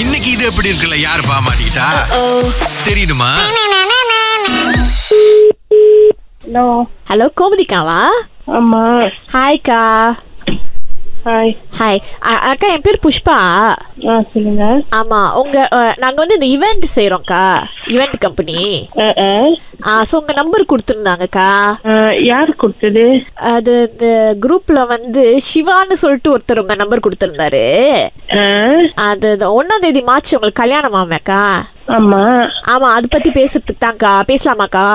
இன்னைக்கு இது எப்படி இருக்குல்ல யாரு பாமாட்டா தெரியுமா ஹலோ ஹலோ கோமதிக்காவா ஆமா ஹாய்க்கா ஹாய் ஹாய் அ- அக்கா என் பேர் புஷ்பா ஆ சொல்லுங்க ஆமாம் உங்கள் நாங்கள் வந்து இந்த ஈவெண்ட் செய்கிறோம்க்கா ஈவெண்ட் கம்பெனி அஹ், அஹ். ஆ ஸோ உங்கள் நம்பர் கொடுத்துருந்தாங்கக்கா அஹ், யார் கொடுத்தது அது இந்த குரூப்பில் வந்து சிவான்னு சொல்லிட்டு ஒருத்தர் உங்கள் நம்பர் கொடுத்துருந்தாரு அஹ், அது இந்த ஒன்றாம் தேதி மார்ச் உங்களுக்கு கல்யாணமாமேக்கா ஆமா ஆமாம் அதை பற்றி பேசுறதுக்கு தான்க்கா பேசலாமாக்கா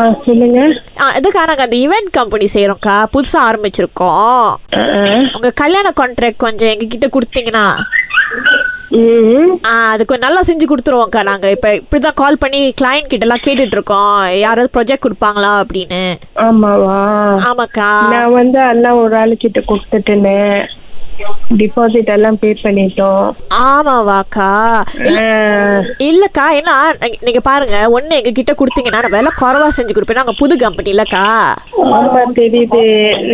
ஆ சொல்லுங்க ஆ இதுக்கா நாங்கள் அந்த ஈவெண்ட் கம்பெனி செய்கிறோம்க்கா புதுசாக ஆரம்பிச்சிருக்கோம் அஹ், அஹ். உங்கள் கல்யாண கான்ட்ராக்ட் கொஞ்சம் எங்ககிட்ட கொடுத்தீங்கன்னா ம், ஆ அது கொஞ்சம் நல்லா செஞ்சு கொடுத்துருவோம்க்கா நாங்கள் இப்போ இப்படி தான் கால் பண்ணி கிளைண்ட் கிட்டலாம் கேட்டுட்ருக்கோம் யாராவது ப்ராஜெக்ட் கொடுப்பாங்களா அப்படின்னு ஆமாவா ஆமாக்கா நான் வந்து எல்லாம் ஒரு ஆளுக்கிட்ட கொடுத்துட்டேனே டிபாசிட் எல்லாம் பே பண்ணிட்டோம் ஆமாவாக்கா இல்ல- அஹ், இல்லக்கா ஏன்னா நீங்க- நீங்க பாருங்க ஒண்ணு எங்க கிட்ட கொடுத்தீங்கன்னா நான் விலை குறவா செஞ்சு கொடுப்பேன் நாங்க புது கம்பெனி இல்லக்கா ஆமா தெரியுது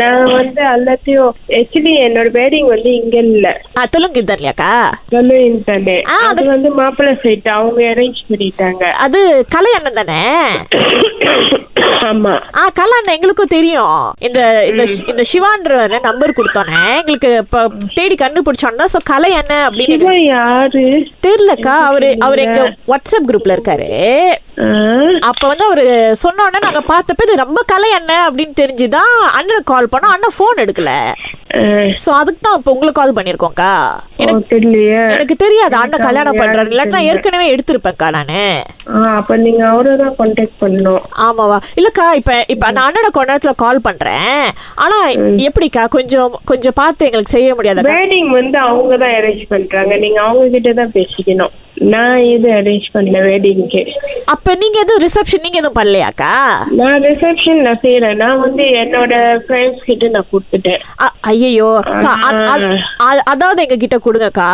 நான் வந்து எல்லாத்தையும் ஆக்சுவலி என்னோட வேடிங் வந்து இங்க இல்ல ஆ தெலுங்கு தான் இல்லையாக்கா சொல்லுவீங்க தானே ஆ, அது- அது வந்து மாப்பிள்ளை சைட் அவங்க அரேஞ்ச் பண்ணிட்டாங்க அது கலை அண்ணன் தானே ஆமா ஆ கலை அண்ணன் எங்களுக்கும் தெரியும் இந்த இந்த ஷி- இந்த சிவான்ற நம்பர் கொடுத்தோன்னே எங்களுக்கு இப்போ தேடி கண்டுபிடிச்சோன்னா ஸோ கலை அண்ணன் அப்படின்னு எங்களுக்கு இவன் யாரு தெரியலக்கா அவரு அவர் எங்க வாட்ஸ்அப் குரூப்ல இருக்காரு ஆ? அப்ப வந்து அவரு சொன்ன உடனே நாங்க பார்த்தப்ப இது ரொம்ப கலை அண்ணன் அப்படின்னு தெரிஞ்சுதான் அண்ணனுக்கு கால் பண்ணோம் அண்ணன் ஃபோன் எடுக்கல ஆ, சோ அதுக்கு தான் இப்ப உங்களுக்கு கால் பண்ணிருக்கோம்க்கா எனக்கு உனக்கு இல்லையா? எனக்கு தெரியாது அண்ணன் கல்யாணம் யாரு பண்றாரு இல்லாட்டி நான் ஏற்கனவே எடுத்திருப்பேன்க்கா நானு ஆ, அப்ப நீங்க அவரதான் கான்டாக்ட் பண்ணணும் ஆமாவா இல்லக்கா இப்ப இப்ப நான் அண்ணனோட கொண்டாடத்துல கால் பண்றேன் ஆனா எப்படிக்கா கொஞ்சம் கொஞ்சம் பார்த்து எங்களுக்கு செய்ய முடியாதா வேடிங் வந்து அவங்க தான் அரேஞ்ச் பண்றாங்க நீங்க அவங்க கிட்ட தான் பேசிக்கணும் நான் இது அரேஞ்ச் பண்ணல வேடிங்க்கு அப்ப நீங்க எதுவும் ரிசப்ஷன் நீங்க எதுவும் பண்ணலையாக்கா நான் ரிசப்ஷன் நான் செய்யறேன் நான் வந்து என்னோட ஃப்ரெண்ட்ஸ் கிட்ட நான் கொடுத்துட்டேன் அ- ஐயையோ அக்கா, அ- அ- அ- அதாவது எங்க கிட்ட கொடுங்கக்கா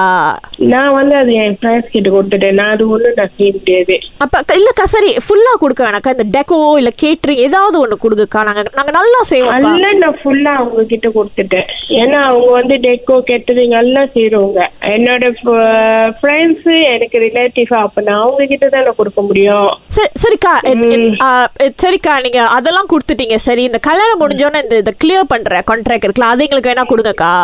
நான் வந்து அது என் ஃப்ரெண்ட்ஸ் கிட்ட கொடுத்துட்டேன் நான் அது ஒண்ணும் நான் செய்ய முடியாது அப்ப க- இல்லக்கா சரி ஃபுல்லா கொடுக்க வேணாக்கா இந்த டெக்கோ இல்ல கேட்ரிங் ஏதாவது ஒண்ணு கொடுங்கக்கா நாங்க நாங்க நல்லா செய்வோம்க்கா எல்லாம் நான் ஃபுல்லா அவங்க கிட்ட கொடுத்துட்டேன் ஏன்னா அவங்க வந்து டெக்கோ கேட்டரிங் எல்லாம் செய்றவங்க என்னோட ஃப்ரெண்ட்ஸ் எனக்கு ரிலேட்டிவ் அப்ப நான் அவங்க கிட்ட தானே கொடுக்க முடியும் சரி சரிக்கா இத்- இத்- ஆ, இத் சரிக்கா நீங்க அதெல்லாம் கொடுத்துட்டீங்க சரி இந்த கல்யாணம் முடிஞ்சோன்னே இந்த இந்த கிளியர் பண்ற கான்ட்ராக்ட் இருக்குல்ல அது எங்களுக்கு வேணா கொடுங்கக்கா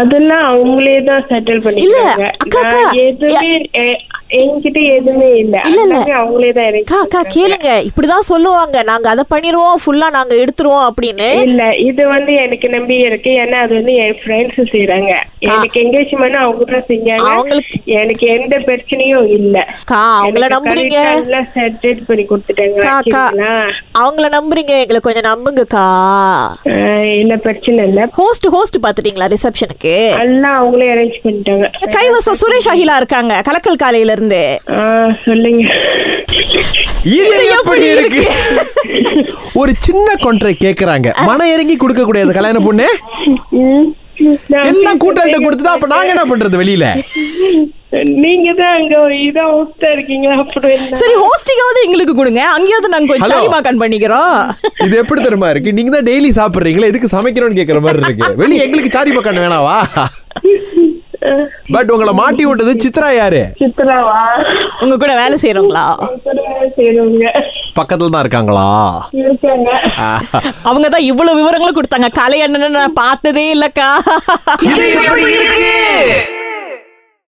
அதெல்லாம் அவங்களே தான் செட்டில் பண்ணிக்கிறாங்க அக்கா, அக்கா, நான் எதுவுமே எ- என்கிட்ட எதுவுமே இல்ல இல்ல, இல்ல. எல்லாமே அவங்களே தான் அக்கா அக்கா இருக்கு கேளுங்க இப்படிதான் சொல்லுவாங்க நாங்க அதை பண்ணிருவோம் ஃபுல்லா நாங்க எடுத்துருவோம் அப்படின்னு இல்ல இது வந்து எனக்கு நம்பி இருக்கு ஏன்னா அது வந்து என் ஃப்ரெண்ட்ஸ் செய்யறாங்க எனக்கு எங்கேஜ்மெண்ட் அவங்க தான் செஞ்சாங்க அவங்களுக்கு- எனக்கு எந்த பிரச்சனையும் இல்ல அக்கா அவங்கள நம்புறீங்க செட்டில் பண்ணி கொடுத்துட்டாங்க அக்கா, அக்கா. வச்சிருக்கீங்களா? அவங்கள நம்புறீங்க எங்களை கொஞ்சம் நம்புங்கக்கா ஆஹ் இல்ல பிரச்சனை இல்ல ஹோஸ்ட் ஹோஸ்ட் பாத்துட்டீங்களா ரிசப்ஷனுக்கு எல்லாம் அவங்களே அரேஞ்ச் பண்ணிட்டாங்க கைவசம் சுரேஷ் அகிலா இருக்காங்க கலக்கல் காலையில இருந்து ஆஹ் சொல்லுங்க இது எப்படி இருக்கு ஒரு சின்ன கொன்றை கேக்குறாங்க மன இறங்கி கொடுக்க கூடாது கல்யாண பொண்ணு நான் எல்லாம் கூட்டாளிட்ட கொடுத்துட்டா அப்ப நாங்க என்ன பண்றது வெளியில நீங்க தான் அங்க இதா ஊத்தா இருக்கீங்க அப்புறம் என்ன? சரி ஹோஸ்டிங்காவது எங்களுக்கு கொடுங்க அங்கேயாவது நாங்க கொஞ்சம் Hello. சாலிமா கண் பண்ணிக்கிறோம் இது எப்படி தெரியுமா இருக்கு நீங்க தான் டெய்லி சாப்பிடுறீங்களா எதுக்கு சமைக்கிறோம்னு கேக்குற மாதிரி இருக்கு வெளிய எங்களுக்கு சாரி பக்கம் வேணாவா பட் உங்களை மாட்டி விட்டது சித்ரா யாரு சித்ராவா உங்க கூட வேலை செய்யறவங்களா செய்யறவங்க பக்கத்துல தான் இருக்காங்களா இருக்காங்க ஆஹா. அவங்க தான் இவ்வளவு விவரங்களும் கொடுத்தாங்க கலை அண்ணன் நான் பார்த்ததே இல்லக்கா இது எப்படி இருக்கு